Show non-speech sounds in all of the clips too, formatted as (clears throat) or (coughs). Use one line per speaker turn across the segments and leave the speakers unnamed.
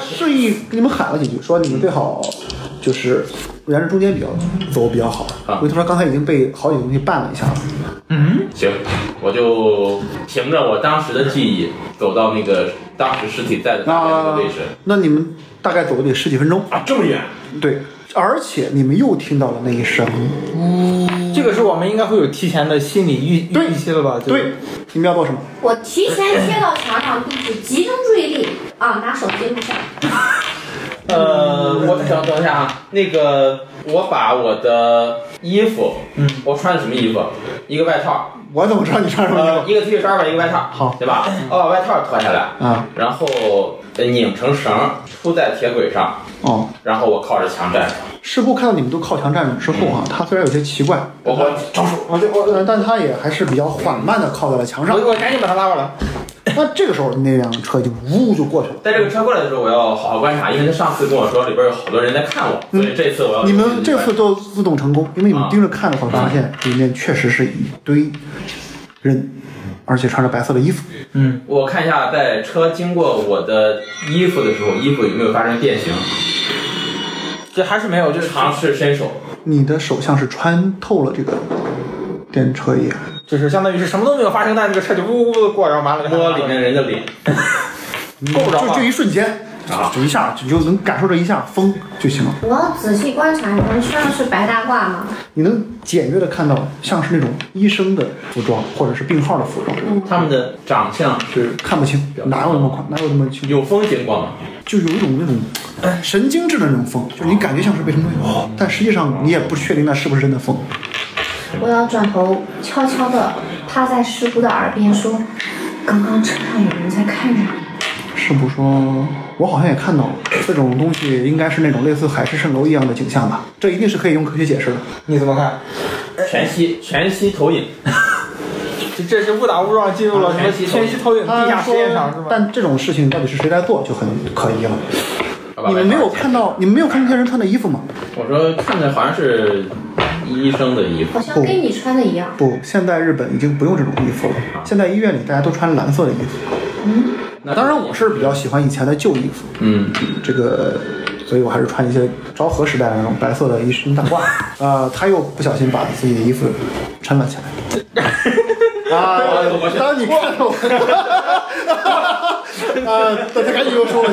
示意跟啊你们喊了几句，说你们最好就是沿着中间比较走比较好。
啊
维特说刚才已经被好几个东西绊了一下了，
行，我就凭着我当时的记忆走到那个当时尸体在的大概
啊
那个位置。
那你们大概走了得十几分钟，
啊，这么远，
对，而且你们又听到了那一声，
这个是我们应该会有提前的心理预
对
预期了吧？就
对，，你们要做什么？
我提前贴到墙上，并且集中注意力啊，拿手机录像。
呃，我等等一下啊，那个我把我的衣服，嗯，我穿的什么衣服？一个外套，
我怎么知道你穿什么衣
呃，
啊
服？
一个 T 恤衫吧，一个外套，
嗯好嗯
对吧？我把外套脱下来，
啊，
然后呃拧成绳儿，铺在铁轨上，
哦，
然后我靠着墙站着。
师傅看到你们都靠墙站着之后
嗯
啊，他虽然有些奇怪，
我我
招手，
啊，对，我，呃但他也还是比较缓慢的靠在了墙上。
我我赶紧把他拉过来。
那这个时候，那辆车就呜就过去了。
在这个车过来的时候，我要好好观察，因为他上次跟我说里边有好多人在看我，所以这次我要
嗯你们这次都自动成功，因为你
啊
们盯着看的话，发现里面确实是一堆人，而且穿着白色的衣服。
我看一下，在车经过我的衣服的时候，衣服有没有发生变形？
这还是没有，这是
尝试伸手，
你的手像是穿透了这个电车一样。
就是相当于是什么都没有发生，但是这个车就呜呜呜的过，然后完了就
摸里面人的脸，
够不着
就
吧
就一瞬间，
啊
就一下就就能感受这一下风就行了。
我要仔细观察，你们穿的是白大褂吗？
你能简约的看到像是那种医生的服装或者是病号的服装，
嗯
他们的长相是
看不清，哪有那么快，哪有那么清，
有风景光吗？
就有一种那种哎神经质的那种风，就是你感觉像是被什么东西，哦但实际上你也不确定那是不是真的风。
我要转头悄悄地趴在师傅的耳边说：“刚刚车上有人在看着你。
师傅说，我好像也看到了这种东西，应该是那种类似海市蜃楼一样的景象吧？这一定是可以用科学解释的。
你怎么看？
全息全息投影，
这这是误打误撞进入了什
全
么
息投影
全息投影地下
他
实
说
验场是，吧？
但这种事情到底是谁在做就很可疑了。
好吧
你们没有看？到，你们没有看那些人穿的衣服吗？
我说看着好像是医生的衣”服
好像跟你穿的一样。
不，现在日本已经不用这种衣服了。现在医院里大家都穿蓝色的衣服。，
那
嗯当然，我是比较喜欢以前的旧衣服，
嗯，
这个，所以我还是穿一些昭和时代的那种白色的一身大 (laughs) 褂。啊，他又不小心把自己的衣服撑了起来。啊！当你看到我， (laughs) 啊，他赶紧又说了，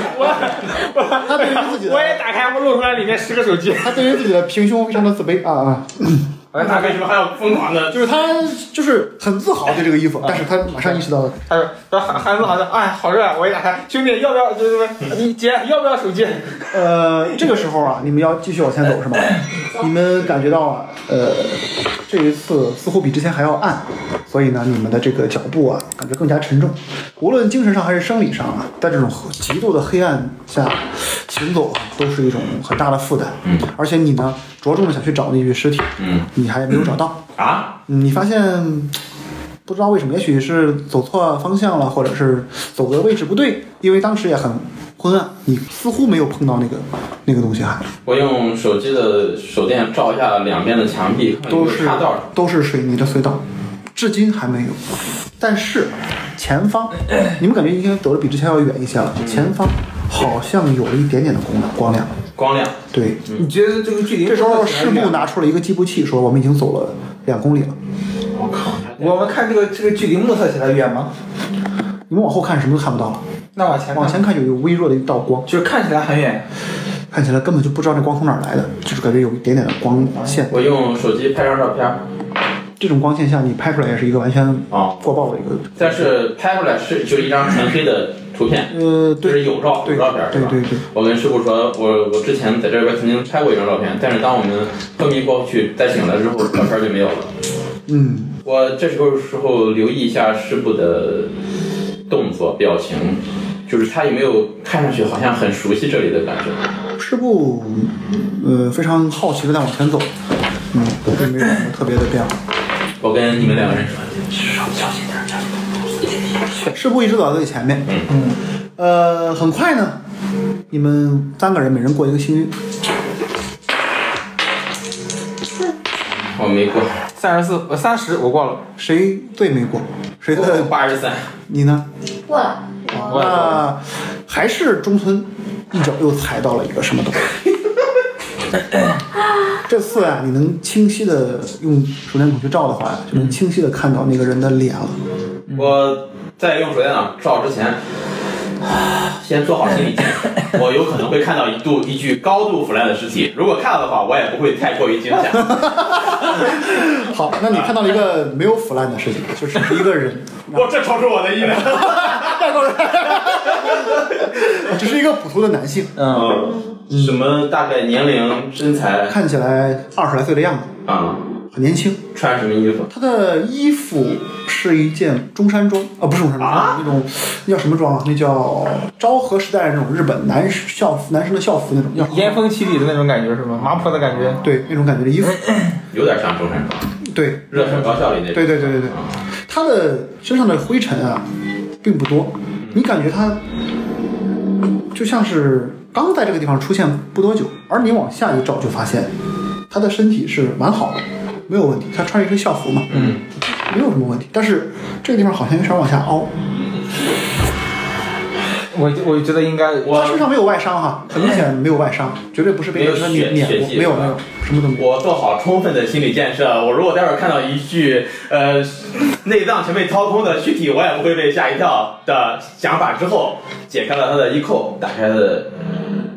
他对于自己的
我，也打开，我露出来里面十个手机。
他对于自己的平胸非常的自卑啊啊！
那为什么还要疯狂
(laughs)
的？
就是他就是很自豪对这个衣服，但是他马上意识到了，
他说：“然后韩子好像，哎，好热啊！我一打开，兄弟要不要？就是你姐要不要手机？ (laughs)
呃，这个时候啊，你们要继续往前走是吗？你们感觉到啊，呃，这一次似乎比之前还要暗，所以呢，你们的这个脚步啊，感觉更加沉重。无论精神上还是生理上啊，在这种极度的黑暗下行走啊，都是一种很大的负担。嗯，而且你呢，着重的想去找那具尸体，
嗯，
你还没有找到。
啊，
嗯你发现不知道为什么，也许是走错方向了，或者是走的位置不对，因为当时也很昏暗，你似乎没有碰到那个那个东西还，
我用手机的手电照一下两边的墙壁，看看
都
有没有
是
插道儿
都是水泥的隧道，至今还没有。但是前 (clears throat) 方，你们感觉应该走的比之前要远一些了，前方好像有一点点的光亮，光亮。
光亮。
对，
你觉得这个距离？”
嗯这时候师部拿出了一个计步器，说我们已经走了两公里了。
我们看这个这个距离目测起来远吗？
你们往后看什么都看不到了，
那往前看
往前看有一个微弱的一道光。
就是看起来很远。
看起来根本就不知道那光从哪儿来的，就是感觉有一点点的光线。
嗯我用手机拍张照片儿，
这种光线下，你拍出来也是一个完全
啊
过曝的一个。
但是拍出来是就是一张纯黑的图片，
呃，
就
对
是有照
对
有照片儿，
对
是吧
对对。
我跟师傅说，我我之前在这边曾经拍过一张照片，但是当我们昏迷过去再醒来之后，照片就没有了。
嗯，
我这时候时候留意一下师傅的动作表情，就是他有没有看上去好像很熟悉这里的感觉。
师部，呃，非常好奇的在往前走，嗯，并没有什么特别的变化。
我跟你们两个人说，小小心点儿，小心点儿。嗯
师部一直走到最前面，嗯，呃，很快呢，你们三个人每人过一个幸运，
我没过，
三十四，呃，三十，我过了。
谁最没过？谁的？
八十三。
你呢？
过了，
(laughs)
我
那还是中村，一脚又踩到了一个什么东西。这次啊，你能清晰的用手电筒去照的话，就能清晰的看到那个人的脸了。嗯
我在用手电筒照之前， (sighs) 啊先做好心理建
(laughs)
设，我有可能会看到一度一具高度腐烂的尸体。如果看到的话，我也不会太过于惊吓。
(laughs) 好，那你看到了一个没有腐烂的事情，就是一个人，
我这超出我的意料。
外国人， (laughs) 只是一个普通的男性，
嗯，
嗯， (laughs) 什么大概年龄、身材
看起来二十来岁的样子，
啊、
很年轻。
穿什么衣服？
他的衣服是一件中山装，啊，不是中山装，
啊
那种那叫什么装啊？那叫昭和时代那种日本男士校服，男生的校服那种，叫
烟风起底的那种感觉是吗？麻婆的感觉。
对那种感觉的衣
(laughs)
服，
有点像中山装，
对
热血高校里那种。啊
对对对对对，他的身上的灰尘啊，并不多，你感觉他就像是刚在这个地方出现不多久，而你往下一照就发现他的身体是完好的，没有问题。他穿着一身校服嘛，
嗯，
没有什么问题。但是这个地方好像有点往下凹，
我我觉得应该
他
我
身上没有外伤哈，很明显没有外伤，绝对不是被
没有
车
血
碾碾
血
过，
迹
没有
是吧
没有，什么都没有。
我做好充分的心理建设，我如果待会儿看到一具呃内脏全被掏空的躯体，我也不会被吓一跳的想法之后，解开了他的衣扣，打开他的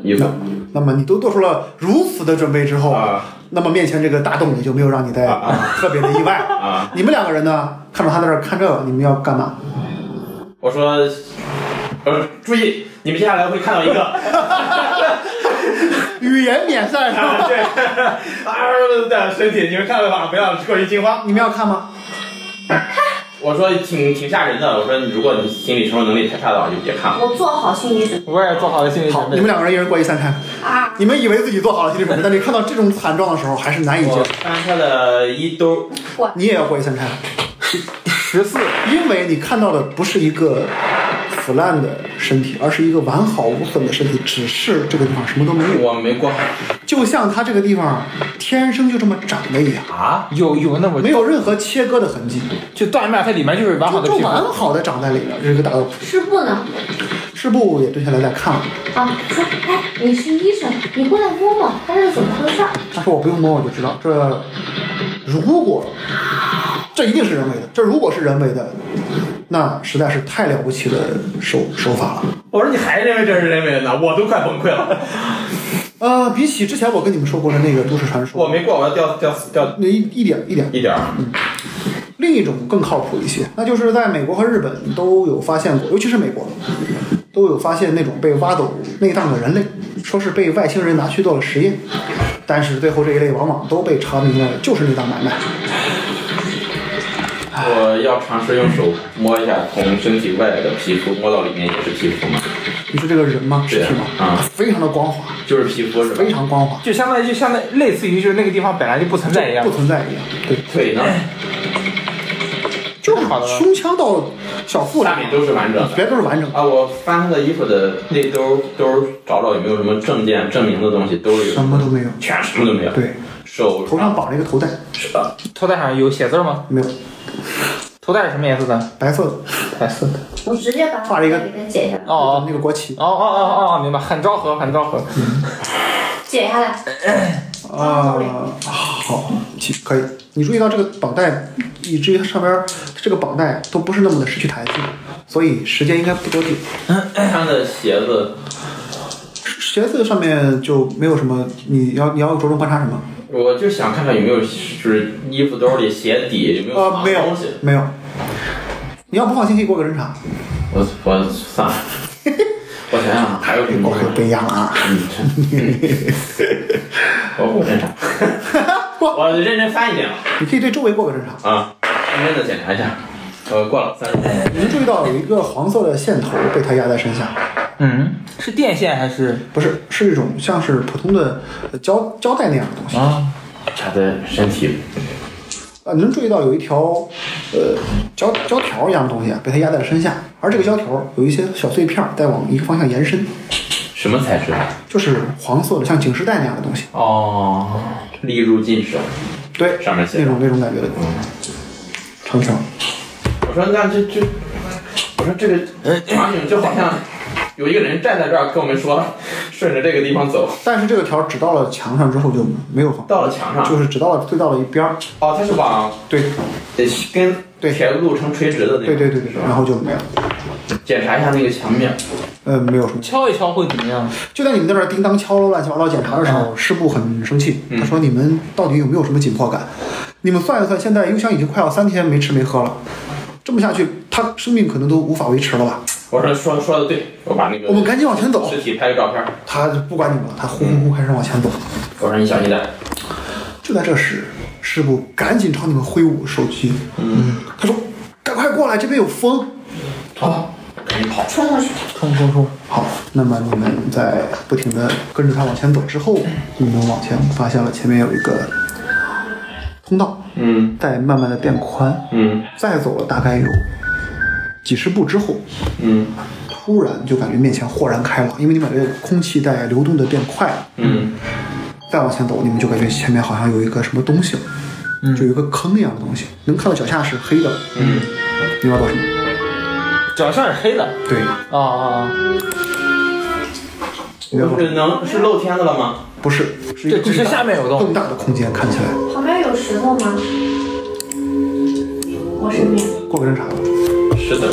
衣服
那那么你都做出了如此的准备之后，
啊
那么面前这个大洞也就没有让你再
啊啊
特别的意外。
(laughs) 啊！
你们两个人呢，看着他在这儿看这个，你们要干嘛？
我说，呃，注意，你们接下来会看到一个，
语言免赛是吧？
啊对，啊的身体，你们看了吧？不要过于惊慌。
你们要看吗？
我说挺挺吓人的，我说你如果你心理承受能力太差的话，就别看了。
我做好心理准
我也做好了心理
好，
准
你
备
们。两个人一人过一三餐。
备啊，
你们以为自己做好了心理准备，但你看到这种惨状的时候，还是难以接
我
受。
翻他的衣兜，
你也要过一三餐，
十四，
因为你看到的不是一个腐烂的身体，而是一个完好无损的身体，只是这个地方什么都没有，
我没过
就像他这个地方天生就这么长的一样，
啊，
有有那么
没有任何切割的痕迹，
就断面，它里面就是完好
就
的
就
皮肤。
完好的长在里面，这是一个大洞。
是不能
师部也蹲下来在看了，
啊。说，哎，你是医生，你过来摸摸，它是怎么回事儿？
他说我不用摸我就知道，这如果这一定是人为的，这如果是人为的，那实在是太了不起的手手法了。
我说你还认为这是人为的呢？我都快崩溃了。
呃，比起之前我跟你们说过的那个都市传
我
说，
没过，我要掉掉掉
那一一点一点，
一点儿。
另一种更靠谱一些，那就是在美国和日本都有发现过，尤其是美国，都有发现那种被挖走内脏的人类，说是被外星人拿去做了实验，但是最后这一类往往都被查明了就是内脏买卖。
我要尝试用手摸一下从身体外的皮肤，摸到里面也是皮肤嘛，
你说这个人吗？尸
对啊
体吗？
啊
非常的光滑，
就是皮肤是吧
非？常光滑，
就相当于就相当于类似于就是那个地方本来就不存在一样
不，存在一样。对，
腿呢？
哎就是
好的
胸腔到小腹里
下面都是完整的。
别都是完整的。
啊，我翻他的衣服的内兜兜找找有没有什么证件证明的东西，兜里有
什么都没有
全什么都没有。
对，
手
头上绑了一个头带，
头带上有写字吗？
没有，
头带是什么颜色的？
白色的，
白色的。
我直接把
画
它
了一
给
个
它解下来，
哦哦
那个国旗
哦哦哦哦哦，明白，很昭和，很昭和。
解下来，
啊、好，其可以。你注意到这个绑带，以至于它上边儿这个绑带都不是那么的失去弹性，所以时间应该不多久。
穿的鞋子，
鞋子上面就没有什么，你要你要着重观察什么？
我就想看看有没有就是衣服兜里、鞋底有没有
呃，没有
东西。，
没有。你要不放心，可以给我个人查。
我我算 (laughs) 了，我想想还有什么嗯
我可不一样了啊！
我我认真， (laughs) 我认真翻一遍
你可以对周围过个侦查。
啊，认真的检查一下。呃，过了三十分
你能注意到有一个黄色的线头被它压在身下，
嗯，是电线还是
不是，是一种像是普通的呃胶胶带那样的东西。
啊？
他的身体
啊，能注意到有一条，呃，胶胶条一样的东西啊，被它压在了身下，而这个胶条有一些小碎片儿在往一个方向延伸，
什么材质？
就是黄色的，像警示带那样的东西，
哦，粒入禁止。
对，
上面写
那
嗯
种那种感觉的长条。
我说那这这，哎我说这个场景就好像有一个人站在这儿跟我们说， (laughs) 顺着这个地方走，
但是这个条只到了墙上之后就没有方
到了墙上。
就是只到了推到了一边儿，
哦，它是往
对
呃跟
对
铁路成垂直的
对
那种。
对对对，然后就没有，
检查一下那个墙面。
呃，没有什么。
敲一敲会怎么样？
就在你们那边叮当敲锣乱七八糟检查的时候，师部很生气，他说：“你们到底有没有什么紧迫感？你们算一算，现在幽香已经快要三天没吃没喝了，这么下去，他生命可能都无法维持了吧？
我说说说的对，我把那
我
个
们赶紧往前走。
尸体拍个照片。”
他就不管你们了，他呼呼呼开始往前走。
我说你小心点。
就在这时，师部赶紧朝你们挥舞手机，嗯，他说：“赶快过来，这边有风。”
好，赶紧跑。
冲过去，
冲冲冲！好，那么你们在不停的跟着他往前走之后，你们往前发现了前面有一个通道，
嗯
在慢慢的变宽，
嗯
再走了大概有几十步之后，
嗯
突然就感觉面前豁然开朗，因为你感觉空气在流动的变快了。
嗯
再往前走，你们就感觉前面好像有一个什么东西，
嗯
就有一个坑一样的东西，能看到脚下是黑的。
嗯，
你要到什么？
脚上是黑的
对，
啊啊！
你要到
嗯是能是露天的了吗？
不是，是一个
对只是
更大
下面有洞
更大的空间，看起来。
旁边有石头吗？我身边
过个侦查吧。
是的。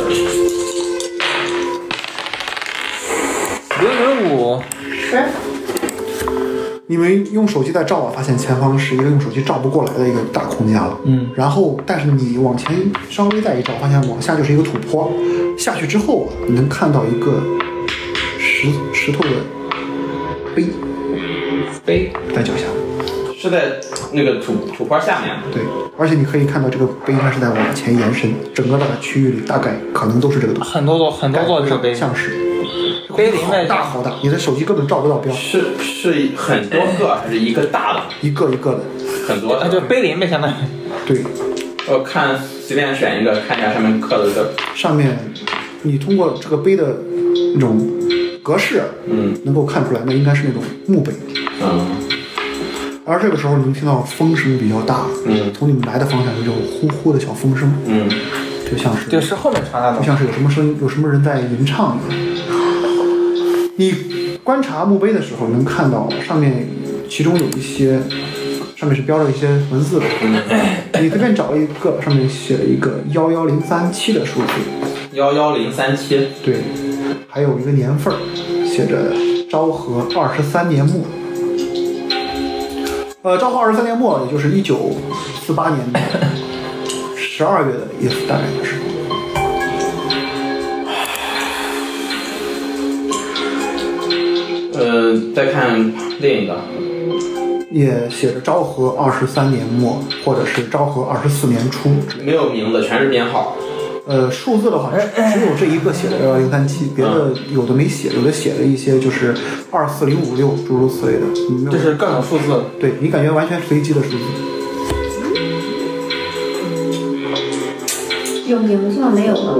零零五
十，
你们用手机在照啊，发现前方是一个用手机照不过来的一个大空间了。
嗯，
然后但是你往前稍微再一照，发现往下就是一个土坡，下去之后啊，你能看到一个石石头的碑
碑
在脚下。
哎是在那个土土块下面。
对，而且你可以看到这个碑它是在往前延伸，整个大概区域里大概可能都是这个东西。
很多座很多座这杯
像是
碑林
好
在
大好大，你的手机根本照不到标，
是是很多个还是一个大的？
一个一个的。
很多
啊，就
的。
碑林呗，相当于
对，
我看随便选一个，看一下上面刻的字儿。
上面你通过这个碑的那种格式，
嗯
能够看出来，那应该是那种墓碑。
嗯
而这个时候，你能听到风声比较大，
嗯
从你们来的方向有一种呼呼的小风声，
嗯，
就像是
就是后面传来
就
的。
像是有什么声音，有什么人在吟唱一样。你观察墓碑的时候，能看到上面其中有一些上面是标着一些文字的，
嗯
你随便找一个，上面写了一个幺幺零三七的数字，
幺幺零三七。
对，还有一个年份儿，写着昭和二十三年末。呃，昭和二十三年末，也就是一九四八年的十二月的意思，大概就是。
呃，再看另一个。
也写着昭和二十三年末，或者是昭和二十四年初。
没有名字，全是编号。
呃，数字的话，
哎
只有这一个写的呃幺幺零三七，别的
嗯
有的没写，有的写了一些就是二四零五六诸如此类的，没有。
就是各种数字，
对你感觉完全随机的数字。
有名字吗？没有吧？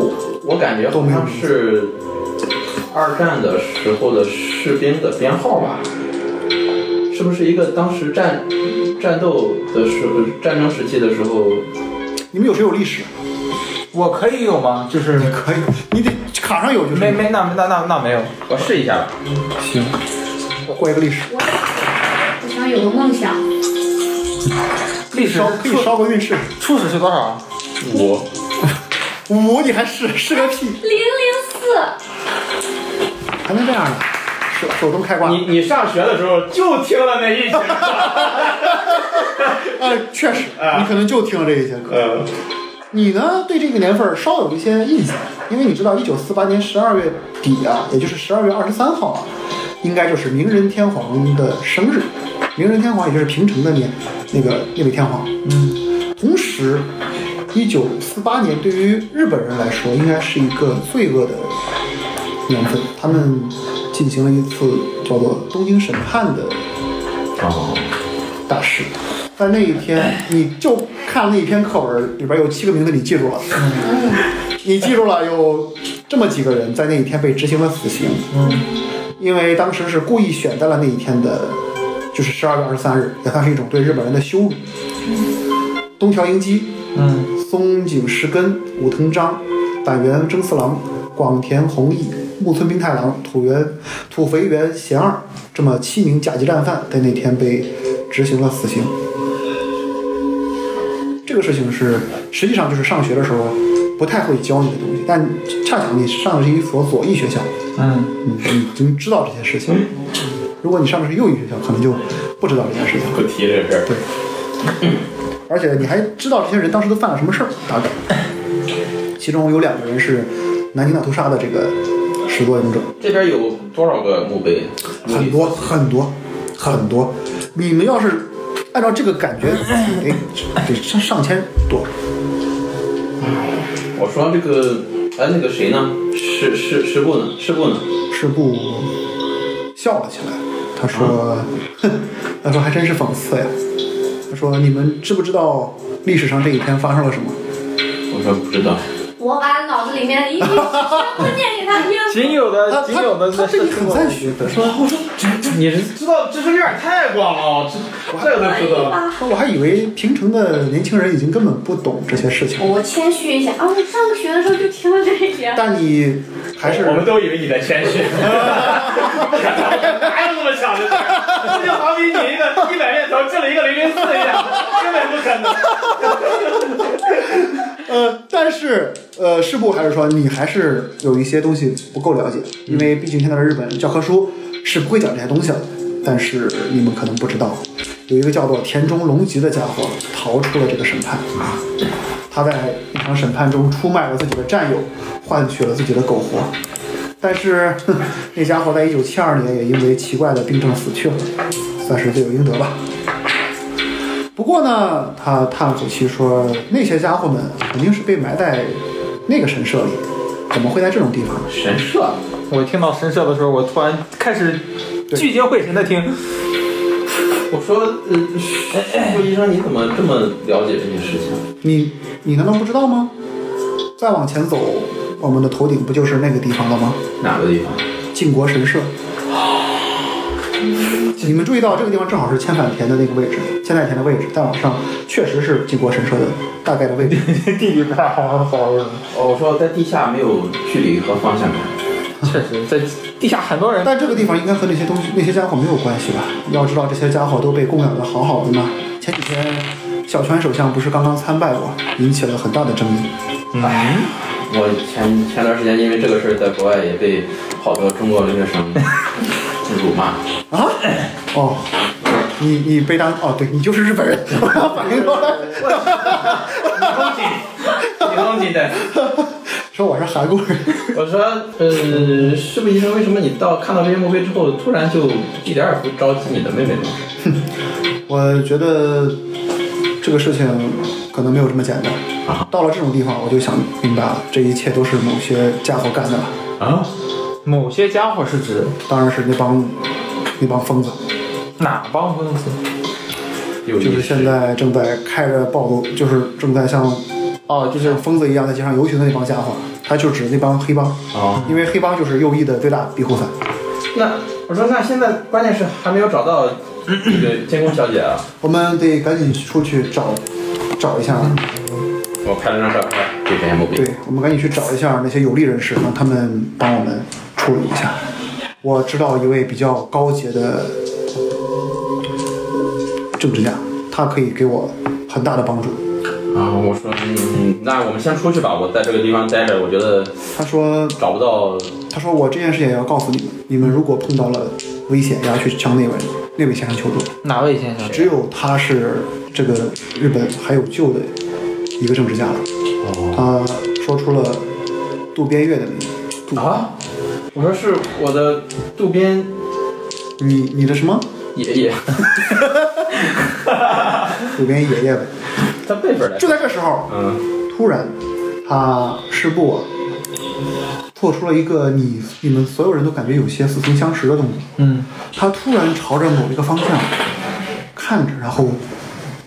我感觉好像是二战的时候的士兵的编号吧？是不是一个当时战战斗的时候，战争时期的时候？
你们有谁有历史？啊
我可以有吗？就是
你可以，你得卡上有就是。
没没那那那那没有，
我试一下吧。
行，过一个历史，
我想有个梦想，
历史
烧可以
初
烧个运势。
初始是多少？
啊
五，
五，你还是是个屁，
零零四，
还能这样呢？手手动开挂， (laughs)
你你上学的时候就听了那一节课。
呃，确实，
啊
你可能就听了这一节课。
呃，
你呢，对这个年份儿稍有一些印象，因为你知道，一九四八年十二月底啊，也就是十二月二十三号啊，应该就是明仁天皇的生日。明仁天皇也就是平成的年，那个那位天皇。嗯，同时，一九四八年对于日本人来说，应该是一个罪恶的年份。他们进行了一次叫做东京审判的大哎事。在那一天，你就看那一篇课文，里边有七个名字你记住了，嗯你记住了有这么几个人在那一天被执行了死刑，嗯，因为当时是故意选在了那一天的，就是十二月二十三日，也算是一种对日本人的羞辱。嗯东条英机、
嗯，
松井石根、武藤章、板垣征四郎、广田弘毅、木村兵太郎、土原土肥原贤二这么七名甲级战犯在那天被执行了死刑。这个事情是实际上就是上学的时候不太会教你的东西，但恰巧你上的是一所左翼学校，
嗯，
你已经知道这些事情。如果你上的是右翼学校，可能就不知道这件事情。
(laughs) 不提这个事儿。
对，而且你还知道这些人当时都犯了什么事儿，大
(laughs)
概。其中有两个人是南京大屠杀的这个始作俑者，
这边有多少个墓碑？
很多很多很多。你们要是按照这个感觉，得得上上千多。
我说这个，哎，那个谁呢？师师师部呢？师部呢？
是不笑了起来，他说：“
啊
他说还真是讽刺呀。”他说：“你们知不知道历史上这一天发生了什么？”
我说不知道。
我把脑子里面的一句都念给他听。
仅有
他
的仅
他
有的
他对你
是中
很
国
赞
(laughs)
许，他说：“
你是
知道知识面太广了，这这个都知道了。
(laughs) 我还以为平城的年轻人已经根本不懂这些事情，
我谦虚一下啊，我上个学的时候就听了这一点。
但你还是
我们都以为你在谦虚，哪有这么想的事儿？这就好比你一个一百面头进了一个零零四一样，根本不可能。
呃，但是呃，事部还是说你还是有一些东西不够了解，因为毕竟现在的日本教科书是不会讲这些东西的。但是你们可能不知道，有一个叫做田中隆吉的家伙逃出了这个审判，他在一场审判中出卖了自己的战友，换取了自己的苟活。但是哼那家伙在一九七二年也因为奇怪的病症死去了，算是罪有应得吧。不过呢，他叹了口气说：“那些家伙们肯定是被埋在那个神社里，怎么会在这种地方？
神社，
我听到神社的时候，我突然开始聚精会神的听。 (laughs)
我说，呃，哎，说医生你怎么这么了解这些事情？
你你难道不知道吗？再往前走，我们的头顶不就是那个地方了吗？
哪个地方？
靖国神社。你们注意到这个地方正好是千反田的那个位置，千代田的位置，再往上确实是靖国神社的大概的位置。
地理不太好，好
哦，我说在地下没有距离和方向感。
确实，在地下很多人
但这个地方应该和那些东西、那些家伙没有关系吧？要知道，这些家伙都被供养的好好的呢。前几天，小泉首相不是刚刚参拜过，引起了很大的争议。
嗯哎
我前前段时间因为这个事儿，在国外也被好多中国留学生辱骂。
啊？哦，你你被当哦，对你就是日本人， (laughs) 我刚反应过来，
恭喜，恭喜的。
说我是韩国人。
(laughs) 我说，呃，是不是医生？为什么你到看到这些墓碑之后，突然就一点儿也不着急你的妹妹呢？
我觉得这个事情可能没有这么简单。到了这种地方，我就想明白了，这一切都是某些家伙干的了。
啊？
某些家伙是指
当然是那帮那帮疯子。
哪帮公司？
有意思
就是现在正在开着暴走，就是正在像
哦，就
就是疯子一样在街上游行的那帮家伙，他就指那帮黑帮，
啊。
因为黑帮就是右翼的最大庇护伞。
那我说，那现在关键是还没有找到这个监工小姐啊。
我们得赶紧出去找找一下，
我拍了张照片，给这些墓碑。
对，我们赶紧去找一下那些有利人士，让他们帮我们处理一下。我知道一位比较高洁的政治家，他可以给我很大的帮助。
啊，我说，嗯，那我们先出去吧。我在这个地方待着，我觉得
他说
找不到
他说：“我这件事也要告诉你们，你们如果碰到了危险，也要去向那位那位先生求助。
哪位先生？
只有他是这个日本还有救的一个政治家了。他说出了渡边月的名字。渡
啊，我说是我的渡边
你你的什么？
爷爷，
渡边爷爷呗。
他辈分来着。
就在这时候，
嗯，
突然，他师部啊做出了一个你你们所有人都感觉有些似曾相识的动作。
嗯，
他突然朝着某一个方向看着，然后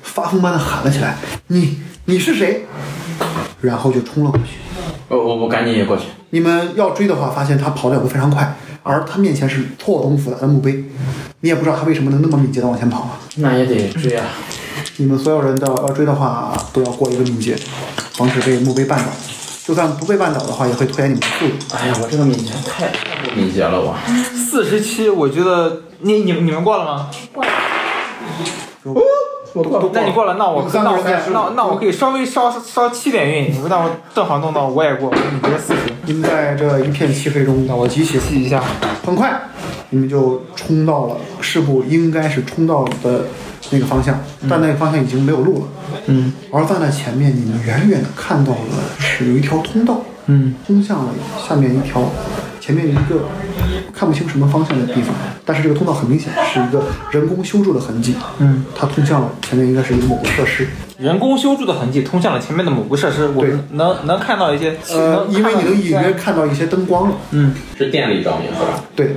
发疯般的喊了起来：“你你是谁？”然后就冲了过去。
我我我赶紧也过去。
你们要追的话，发现他跑得会非常快，而他面前是错综复杂的墓碑，你也不知道他为什么能那么敏捷的往前跑啊！
那也得追啊。
呃你们所有人都要要追的话，都要过一个敏捷，防止被墓碑绊倒。就算不被绊倒的话，也会拖延你们的速度。
哎呀，我这个敏捷太太不敏捷了，我。
四十七，我觉得你你你们过了吗？
过来，
我过
那你过了，那我
三
那
个
我
人在
那那那我可以稍微稍稍七点运，那我正好弄到我也过，你别四十。
你们在这一片漆黑中，
那我集体记一下，
很快你们就冲到了事故应该是冲到的那个方向，但那个方向已经没有路了。
嗯
而在那前面，你们远远的看到了是有一条通道，
嗯，
通向了下面一条，前面一个看不清什么方向的地方，但是这个通道很明显是一个人工修筑的痕迹，
嗯，
它通向了前面应该是一个某个设施，
人工修筑的痕迹通向了前面的某个设施，我
对
们能能看到一些，
呃，因为你能隐约
看到一些，
看到一些灯光了，
嗯，
是电力照明是吧？
对，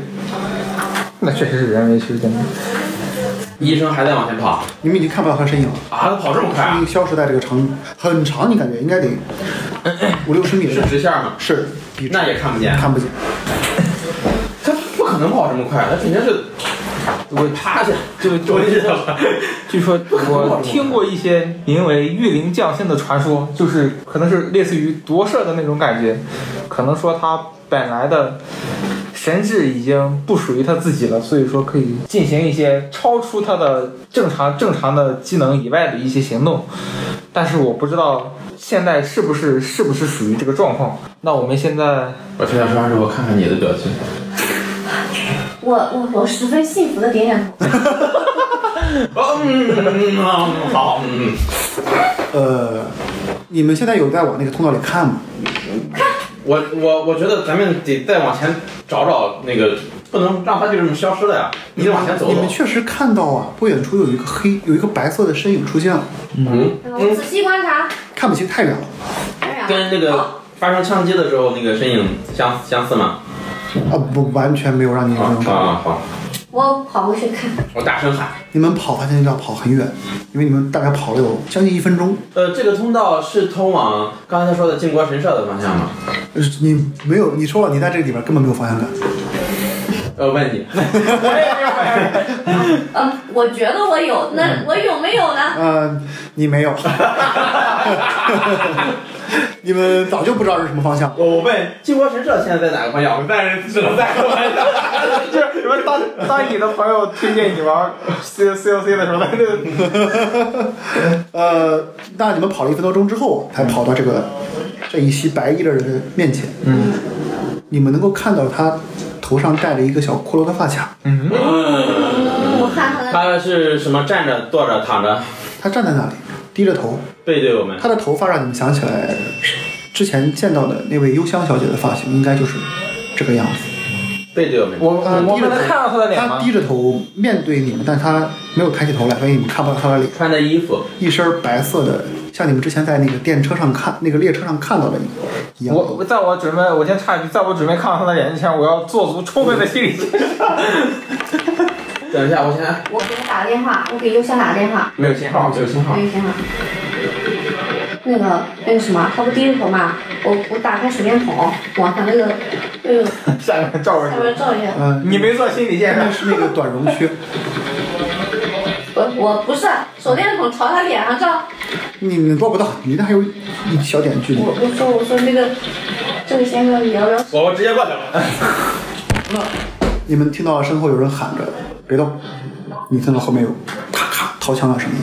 那确实是人为修建的。
医生还在往前跑啊，
你们已经看不到他身影了，
他跑这么快
已
啊
经？消失在这个长很长，你感觉应
(coughs)
该得五六十米
是
的，
直线吗？
是比
那嗯也看不见，
看不见，
他不可能跑这么快，他肯定是
我
趴下
就就
蹲下了。
据说我听过一些名为“玉灵降仙”的传说，就是可能是类似于夺舍的那种感觉，可能说他本来的神智已经不属于他自己了，所以说可以进行一些超出他的正常正常的技能以外的一些行动，但是我不知道现在是不是是不是属于这个状况。那我们现在
(laughs) 我听他说话之后，看看你的表情。
我我我十分幸福的点点头。
哦嗯嗯嗯，好，嗯，
呃，你们现在有在往那个通道里看吗？
我我我觉得咱们得再往前找找那个，不能让他就这么消失了呀，你得往前走
你们
走。
确实看到啊，不远处有一个黑，有一个白色的身影出现了，
嗯，
我仔细观察，
看不清太远了。
哎呀
跟那个发生枪击的时候那个身影相相似吗？
啊，不，完全没有让你有
啊
这种感觉。
啊好，
我跑过去看，
我大声喊。
你们跑，发现要跑很远，因为你们大概跑了有将近一分钟，
呃，这个通道是通往刚才他说的靖国神社的方向吗？
呃你没有，你说了，你在这个里边根本没有方向感。
呃，问你，
呃，我觉得我有，那
嗯
我有没有呢？
呃，你没有， (laughs) 你们早就不知道是什么方向。
(laughs) 我我问靖国神社现在在哪个方向？我们在只能在玩的。
就是什么 (laughs) 当当你的朋友推荐你玩 C C O C 的时候，那就
(laughs) 呃，那你们跑了一分多钟之后，才跑到这个这一袭白衣的人的面前。
嗯，
你们能够看到他头上戴着一个小骷髅的发卡，
嗯
我看看他
他是什么站着、坐着、躺着，
他站在那里，低着头，
背对我们。
他的头发让你们想起来之前见到的那位幽香小姐的发型，应该就是这个样子。
背对我们。
我我
他
呃我
低着头
们能看到他的脸
他
吗？
低着头面对你们，但他没有抬起头来，所以你们看不到他的脸。
穿的衣服，
一身白色的，像你们之前在那个电车上看、那个列车上看到的一样。
我我在我准备，我先插一句，在我准备看到他的脸之前，我要做足充分的心理建
(laughs)
设。
等一下，我现在
我给他打个电话，我给邮箱打个电话，
没有信号，没有信号
我。有电话。那个那个什么，他不低着头嘛，我我打开手电筒，往他那个那个
下面照
下
着
面照一下。
呃，
你，你没做心理建
现在
设，
是那个短绒靴，
我我不是手电筒朝他脸上照，
你们做不到，离那还有一小点距离
我。我说我说那个这个先生你要不要？
我我直接过去
(laughs)
了。
你们听到身后有人喊着“别动”，你听到后面有咔咔掏枪啊的声音。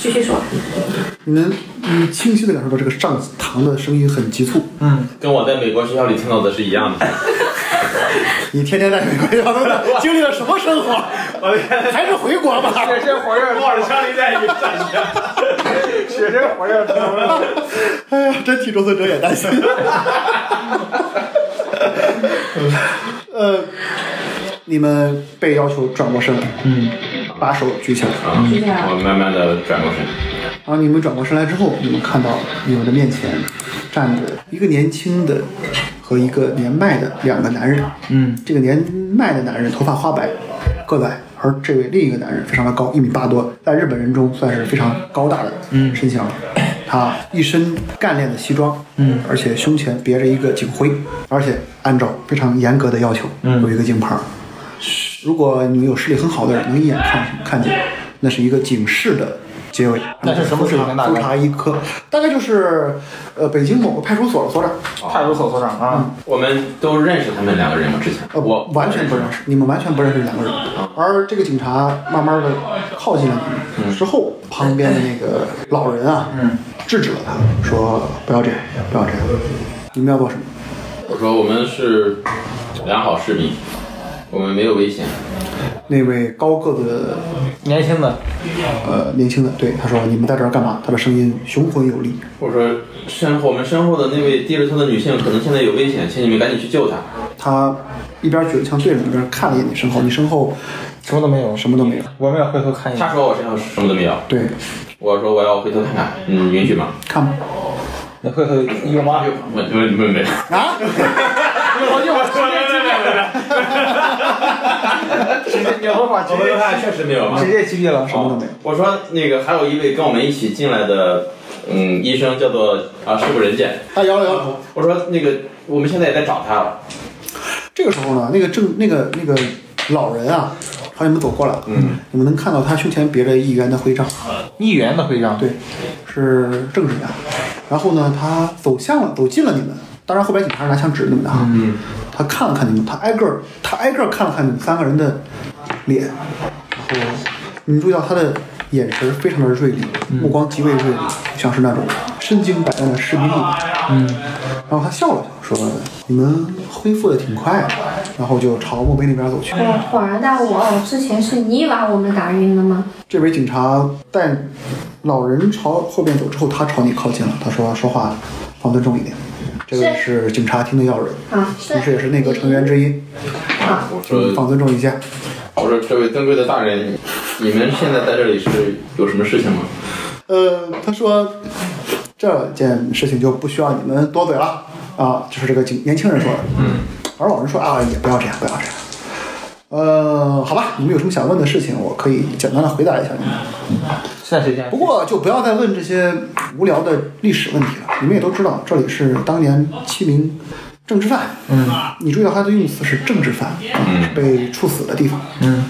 继续说， (laughs)
你能，你清晰的感受到这个上膛的声音很急促。
嗯，
跟我在美国学校里听到的是一样 (laughs) 的。
你天天在美国 (laughs) 上都经历了什么生活？
我在
还是回国吧。
雪山火热，
着枪林弹雨上学。
雪山火热，
哎呀，真替周存哲也担心。 (laughs) 呃，你们被要求转过身，嗯，把手举起来。
就这样
我慢慢的转过身。
然后你们转过身来之后，你们看到你们的面前站着一个年轻的和一个年迈的两个男人。
嗯，
这个年迈的男人头发花白，个子矮，而这位另一个男人非常的高，一米八多，在日本人中算是非常高大的身形了。他一身干练的西装，嗯，而且胸前别着一个警徽，而且按照非常严格的要求，嗯，有一个警牌儿。如果你有视力很好的人，能一眼看看见，那是一个警示的结尾。
那是什么水平大概
搜查一科，大概就是呃北京某个派出所的所长。
派出所所长啊，
我们都认识他们两个人吗？之前
呃，
我
完全不认识，你们完全不认识两个人。
嗯
而这个警察慢慢的靠近了你们之后，旁边的那个老人啊，
嗯
制止了他，说不要这样，不要这样，你们要做什么？
我说我们是良好市民，我们没有危险。
那位高个子的
年轻的，
呃年轻的，对他说：“你们在这儿干嘛？”他的声音雄浑有力。
我说身后我们身后的那位低着头的女性可能现在有危险，请你们赶紧去救她。
他一边举着枪对着你，一边看了一眼你身后，你身后
什么都没有，
什么都没有。
我们也回头看一眼。
她说我身上什么都没有，
对，
我说我要回头看看，嗯，允许吗？啊
看吧。
你回头
(laughs)
有吗？
问问问问。
啊！
(laughs) 直接秒回法
我们楼下确实没有啊吗
直？接击毙了，
什么都没有。
我说那个还有一位跟我们一起进来的，嗯，医生叫做啊，是不人见。
他摇了摇头。
我说那个我们现在也在找他了，
这个时候呢，那个正那个那个老人啊，朝你们走过来了。
嗯，
你们能看到他胸前别着一元的徽章，
议员的徽章，
对，是政治家。然后呢，他走向了，走近了你们。当然，后边警察是拿枪指着你们的哈。嗯，他看了看你们，他挨个儿，他挨个儿看了看你们三个人的脸，然后你注意到他的眼神非常的锐利，目光极为锐利，像是那种身经百战的士兵一样。然后他笑了笑，说：“你们恢复的挺快。”啊然后就朝墓碑那边走去。
哎我恍然大悟，哦，之前是你把我们打晕了吗？
这位警察带老人朝后边走之后，他朝你靠近了。他说：“说话放尊重一点。”这位是警察厅的要人，
啊，
同时也是内阁成员之一，
啊，
我说
嗯放尊重一下。
我说这位尊贵的大人，你们现在在这里是有什么事情吗？
呃，他说这件事情就不需要你们多嘴了啊，就是这个警年轻人说的，嗯，而老人说啊，也不要这样，不要这样。呃，好吧，你们有什么想问的事情，我可以简单的回答一下你们。
现在谁先
不？过就不要再问这些无聊的历史问题了。你们也都知道，这里是当年七名政治犯。嗯，你注意到他的用词是政治犯，被处死的地方。
嗯，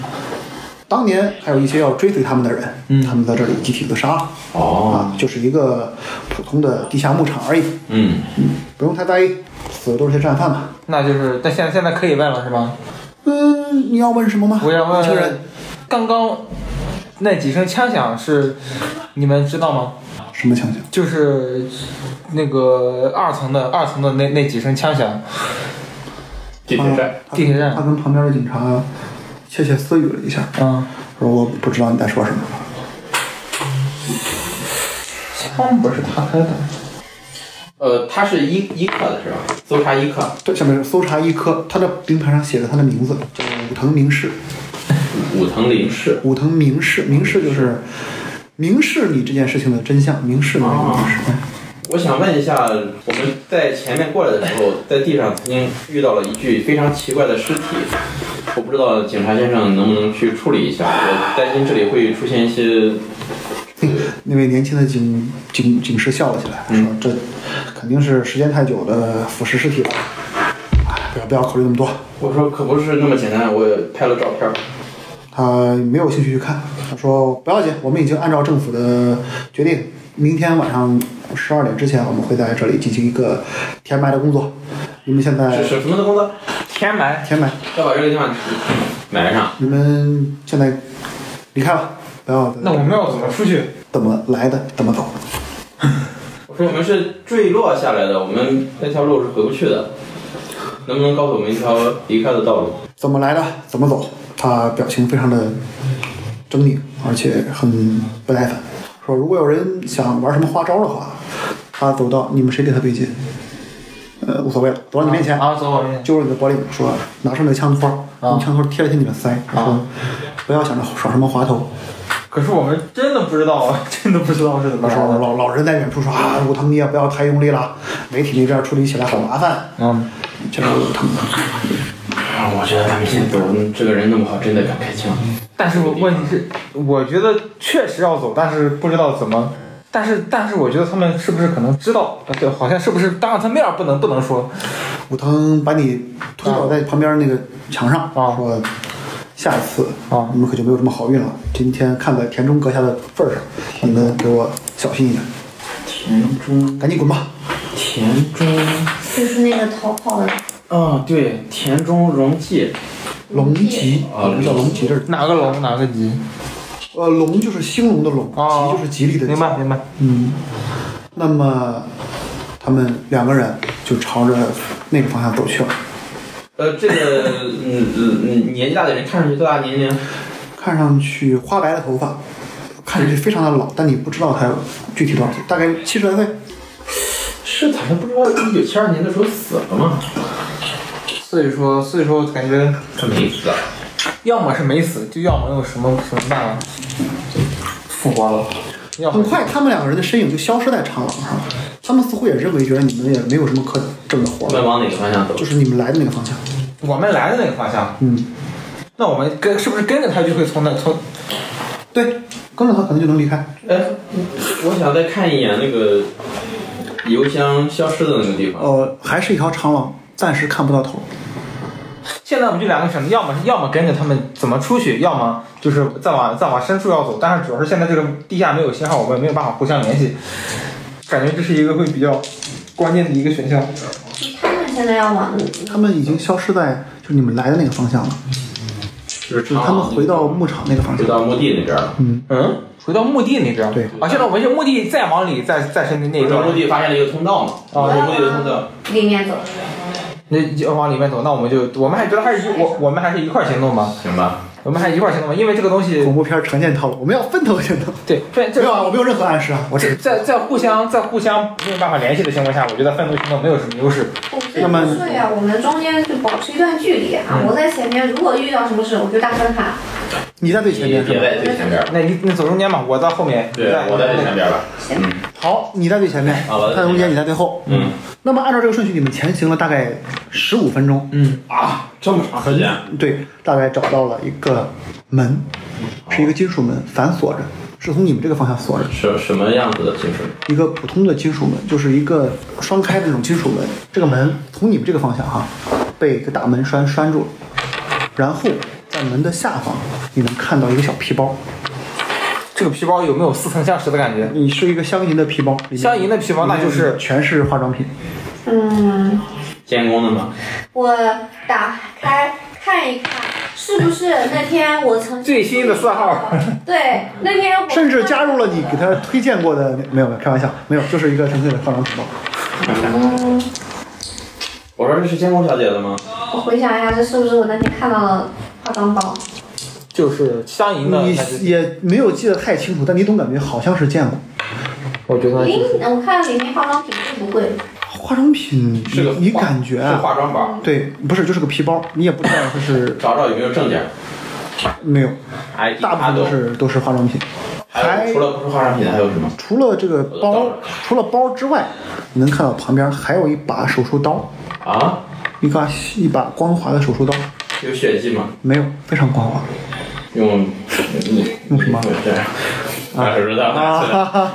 当年还有一些要追随他们的人，他们在这里集体自杀了。
哦，
啊，就是一个普通的地下牧场而已，
嗯，
不用太在意，死的都是些战犯嘛。
那就是，但现在现在可以问了是吗？
嗯，你要问什么吗？
我想
年轻人
问，刚刚那几声枪响是你们知道吗？
什么情形？
就是那个二层的二层的那那几声枪响，
啊
地铁站。
他
地铁站
他跟旁边的警察窃窃私语了一下，
嗯，
说我不知道你在说什么。
枪不是他开的，
呃，他是医医科的是吧？搜查医科。
这下面是搜查一科，他的名牌上写着他的名字，叫武藤明士。
武藤林氏。
武藤明士，明士就是明示你这件事情的真相，明示你这个故事。嗯
我想问一下，我们在前面过来的时候，在地上曾经遇到了一具非常奇怪的尸体，我不知道警察先生能不能去处理一下，我担心这里会出现一些
(laughs) 那位年轻的警警警士笑了起来，说：“这肯定是时间太久的腐蚀尸体了，哎不要不要考虑那么多。
我说可不是那么简单，我拍了照片儿。”
他没有兴趣去看，他说：“不要紧，我们已经按照政府的决定，明天晚上十二点之前，我们会在这里进行一个填埋的工作。你们现在
是是什么的工作？
天埋
填埋，
要把这个地方埋上。
你们现在离开吧，不要再
那我们要怎么出去？
怎么来的怎么走。
我说我们是坠落下来的，我们那条路是回不去的，能不能告诉我们一条离开的道路？
怎么来的，怎么走。他表情非常的狰狞，而且很不耐烦，说如果有人想玩什么花招的话，他走到你们谁给他背巾，呃，无所谓了，走到你面前，
啊，走我面前。啊
揪着你的脖领说，拿上那个枪托，用枪托贴了贴你的腮，然后不要想着耍什么滑头。
可是我们真的不知道啊，真的不知道是怎么
老
来的。
老老人在远处说啊，武藤你也不要太用力了，媒体那边处理起来好麻烦。
嗯，
这个武藤
啊，我觉得他们先走，嗯这个人那么好，真的敢开枪。
但是问题是，我觉得确实要走，但是不知道怎么。但是但是，我觉得他们是不是可能知道？呃对，好像是不是当着他面儿不能不能说
武藤把你推倒在旁边那个墙上，
啊
说下一次
啊
你们可就没有这么好运了。今天看在田中阁下的份儿上，你们给我小心一点，
田中，
赶紧滚吧！
田中，
就是那个逃跑的，
嗯
啊，对，田中荣纪，
龙吉，
啊
什么叫龙吉？这是
哪个龙哪个吉？
呃，龙就是兴隆的龙，
哦
吉就是吉利的吉。
明白明白。
嗯，那么他们两个人就朝着那个方向走去了。
呃，这个嗯嗯嗯，年纪大的人看上去多大年龄？
看上去花白的头发，看上去非常的老，但你不知道他具体多少岁，大概七十来岁。
是咱们不知道一九七二年的时候死了吗？
所以说所以说感觉
他没死啊。
要么是没死，就要么用什么什么办法复活了，要
很
么
快，他们两个人的身影就消失在长廊上了。他们似乎也认为，觉得你们也没有什么可挣的活
我
了，
们往哪个方向走？
就是你们来的那个方向。
我们来的那个方向，
嗯，
那我们跟是不是跟着他就会从那从
对，跟着他可能就能离开。
哎，我想再看一眼那个邮箱消失的那个地方。
呃，还是一条长廊，暂时看不到头。
现在我们就两个选择，要么是要么跟着他们怎么出去，要么就是再往再往深处要走。但是主要是现在这个地下没有信号，我们没有办法互相联系，感觉这是一个会比较关键的一个选项。
他们现在要往
他们已经消失在就是你们来的那个方向了，
就是
就是他们回到牧场那个方
回
向。
啊到墓地那边了。
嗯，回到墓地那边。
对
啊，现在我们是墓地再往里再再深的那一
回到
段
墓，地发现了一个通道嘛，
哦
啊就是墓地的通道。
里面走，
那就往里面走。那我们就我们还觉得还是一我我们还是一块儿行动吧，
行吧，
我们还一块儿行动吧，因为这个东西
恐怖片常见套路，我们要分头行动。
对
(laughs)
这
没
这
有啊，我没有任何暗示啊，我只是
在在互相在互相没有办法联系的情况下，我觉得奋斗行动没有什么优势。
我们这不睡啊，我们中间就保持一段距离啊。
嗯
我在前面，如果遇到什么事，我就大声喊，
你在最前
你
面是
别
吧？
在最前边儿。
那你你走中间吧，我到后面。
对，我在最前边儿吧。
行
嗯
好，你在最前面，
啊我在
他在中间，你在最后。
嗯
那么按照这个顺序，你们前行了大概十五分钟，
嗯，
啊，这么长时间，
对，大概找到了一个门，是一个金属门，反锁着，是从你们这个方向锁着，
什什么样子的精神？
一个普通的金属门，就是一个双开的那种金属门。这个门从你们这个方向哈，被一个大门栓栓住了，然后在门的下方，你能看到一个小皮包，
这个皮包有没有似曾相识的感觉？
你是一个镶银的皮包，里面
相银的皮包那就是
全是化妆品。
嗯，
监工的吗？
我打开看一看，是不是那天我曾经
最新的色号？
(laughs)
对，那天我
甚至加入了你给他推荐过的，没有没有，开玩笑，没有，就是一个纯粹的化妆品包。
嗯，
我说这是监工小姐的吗？
我回想一下，这是不是我那天看到了化妆包？
就是相银的，还
你
是
也没有记得太清楚，但你总感觉好像是见过
我觉得
诶
就是，
我看里面化妆品贵不贵？
化妆品，
是个
你你
化
感觉
是
啊？
化妆包，
对，不是，就是个皮包，你也不知道它
(laughs)
是
找找有没有证件。
没有，
哎，
大部分都是都是化妆品，
还
还
有除了不是化妆品还有什么？
除了这个
我
包
的，
除了包之外，你能看到旁边还有一把手术刀，
啊，
一把一把光滑的手术刀，
有血迹吗？
没有，非常光滑。
(laughs) 用
用什么
对，把手术刀拿
(laughs) 啊
出
哈
来
哈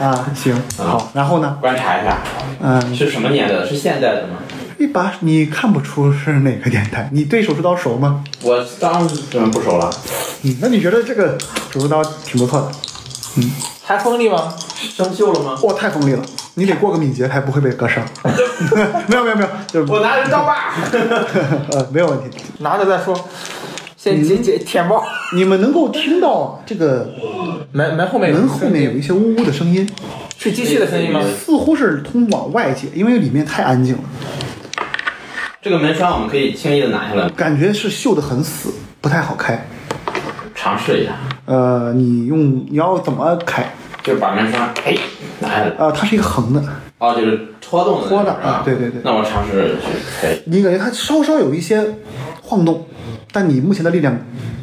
哈！啊，行，
嗯
好，然后呢？
观察一下，
嗯，
是什么年代的？是现代的吗？
一把你看不出是哪个年代，你对手术刀熟吗？
我当然不熟了。
嗯，那你觉得这个手术刀挺不错的？
还锋利吗？
生锈了吗？
哇，太锋利了！你得过个敏捷才不会被割伤。 (laughs) 没有没有没有，就是
我拿着刀把。
(laughs) 呃没有问题。
拿着再说。先
嗯
解解舔包，
你们能够听到这个
门门后面有
门后面有一些呜呜的声音，
是机器的声音吗？
似乎是通往外界，因为里面太安静了，
这个门栓我们可以轻易的拿下来
感觉是锈得很死，不太好开。
尝试一下，
呃，你用你要怎么开？
就是把门栓哎拿下来，
呃，它是一个横的，
哦，就是戳动的那种
戳的
是吧
啊对对对
那我尝试去开，
你感觉它稍稍有一些晃动，但你目前的力量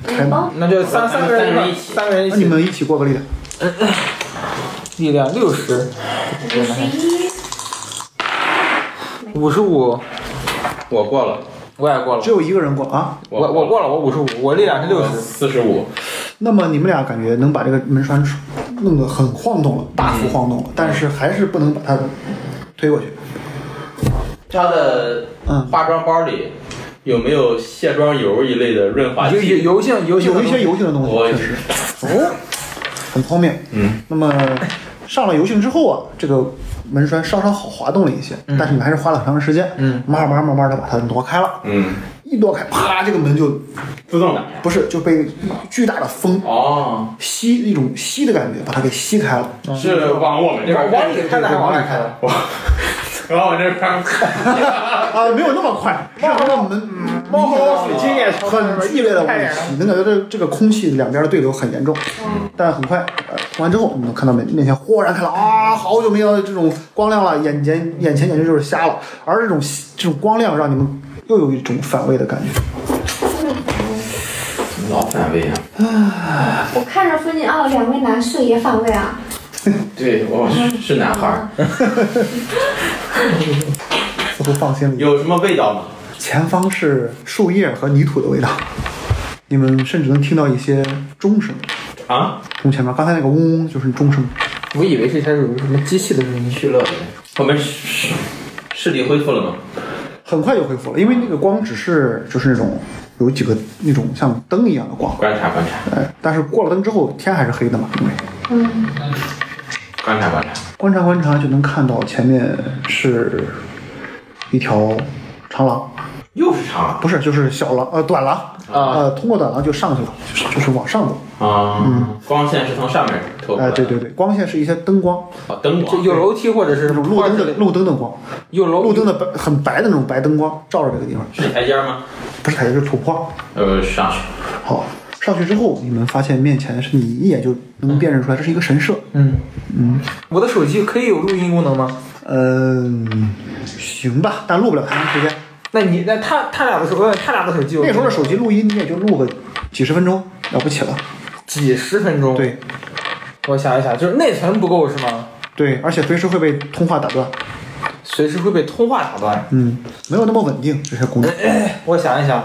还
嗯，包
那就三三个人一块儿，三个人一
那你
起，
们一起过个力量，
力量六十，
五十一，
五十五，
我过了，
我也过了
只，有一个人过啊。
我我过了，我五十五，我力量是六十，
四十五，
那么你们俩感觉能把这个门栓弄得很晃动了，大幅晃
嗯
动了，但是还是不能把它推过去。
他的
嗯
化妆包里有没有卸妆油一类的润滑
有有
剂？
油性油性
有一些
油，
油性的东西，
我
确实哦，很聪明。
嗯，
那么上了油性之后啊，这个门栓稍稍好滑动了一些，
嗯
但是你还是花了很长时间。
嗯，
慢慢慢慢的把它挪开了，
嗯，
一挪开，啪，这个门就
自动挡呀。
不是就被巨大的风
哦，
吸一种吸的感觉，把它给吸开了。
是往我们这边 (laughs)
往里开的还是往外开的？
往往我这哦边开。
啊，没有那么快，是它的门嗯
猫和水晶也
啊很剧烈的往里吸，能感觉到这个空气两边的对流很严重。
嗯
但很快，呃，涂完之后，你能看到面面前豁然开朗啊！好久没有这种光亮了，眼前眼前简直就是瞎了。而这种这种光亮让你们又有一种反胃的感觉。
老反胃啊！
我看着附近哦，两位男士也反胃啊，
对，我嗯是是男孩儿，
似乎放心里，
有什么味道吗？
前方是树叶和泥土的味道，你们甚至能听到一些钟声，
啊，
从前面刚才那个嗡嗡就是钟声。
我以为这才属于什么机器的声音。
去了。我们视视力恢复了吗？
很快就恢复了，因为那个光只是就是那种有几个那种像灯一样的光，
观察观察
哎，但是过了灯之后天还是黑的嘛，因为
观察观察。
观察观察就能看到前面是一条长廊，
又是长啊
不是就是小廊呃短廊
啊
呃通过短廊就上去了，就是就是往上走，
廊啊，光线是从上面透过
哎、
来
嗯
的。
对对对，光线是一些灯光，
哦，灯
就
光
有楼梯或者是
那种路灯的路灯的光，
有楼
路灯的白很白的那种白灯光照着这个地方，
是台阶吗？
不是台阶就是土坡，
呃，上去。
好。上去之后，你们发现面前是你一眼就能辨认出来，这是一个神社。
嗯嗯，我的手机可以有录音功能吗？
嗯，行吧，但录不了太长时间。
那你那他他俩的手，呃他俩的手机有
那时候的手机录音你也就录个几十分钟，了不起了。
几十分钟。，
对
我想一想，就是内存不够是吗？
对，而且随时会被通话打断，
随时会被通话打断。
嗯，没有那么稳定这些功能。
我想一想，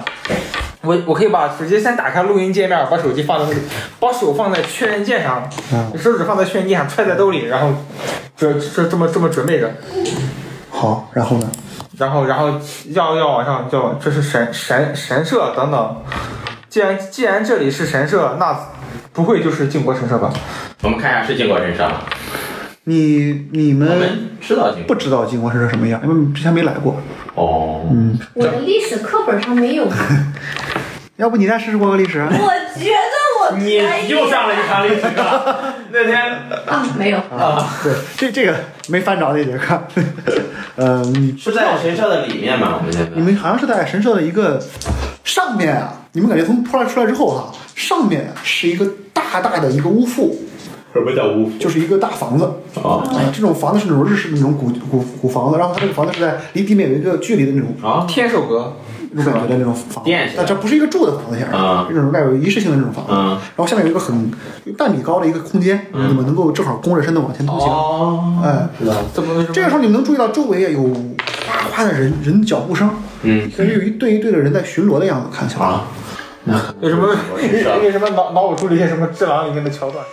我我可以把手机先打开录音界面，把手机放在那里，把手放在确认键上，
嗯，
手指放在确认键上，揣在兜里，然后准这这么这么准备着，
好，然后呢？
然后然后要要往上，要往这是神神神社等等。既然既然这里是神社，那不会就是靖国神社吧？
我们看一下是靖国神社吗？
你你
我
们
们知道靖
不
国。
知道靖国神社什么样，因为你们之前没来过。
哦，
嗯，
我的历史课本上没有。 (laughs) 我
要不你再试试国文历史啊？
觉得我
你又上了一堂历史课。那天
啊，没有，
啊，
(laughs) 对， (laughs) 这这个没翻着那节课。 (laughs) 呃，你
是在神社的里面吗？我们现在
你们好像是在神社的一个上面啊，你们感觉从出来出来之后哈、上面是一个大大的一个屋腹，
什么叫屋？
就是一个大房子。
哦
哎，这种房子是那种日式的那种古古古房子，然后它这个房子是在离地面有一个距离的那种
啊，
天守阁
那种感觉的那种房子
哦电，
但这不是一个住的房子，显然
啊
是那种带有仪式性的那种房子。
嗯，
然后下面有一个很有半米高的一个空间，你们能够正好弓着身子往前通行。
哦，
哎，
知道了。
怎么为什么？
这个时候你们能注意到周围也啊有哗哗的人人脚步声，
嗯
感觉有一队一队的人在巡逻的样子，看起来。
啊，那可能
有什么
是靖国神社
为什么脑脑补出了一些什么《智狼》里面的桥段？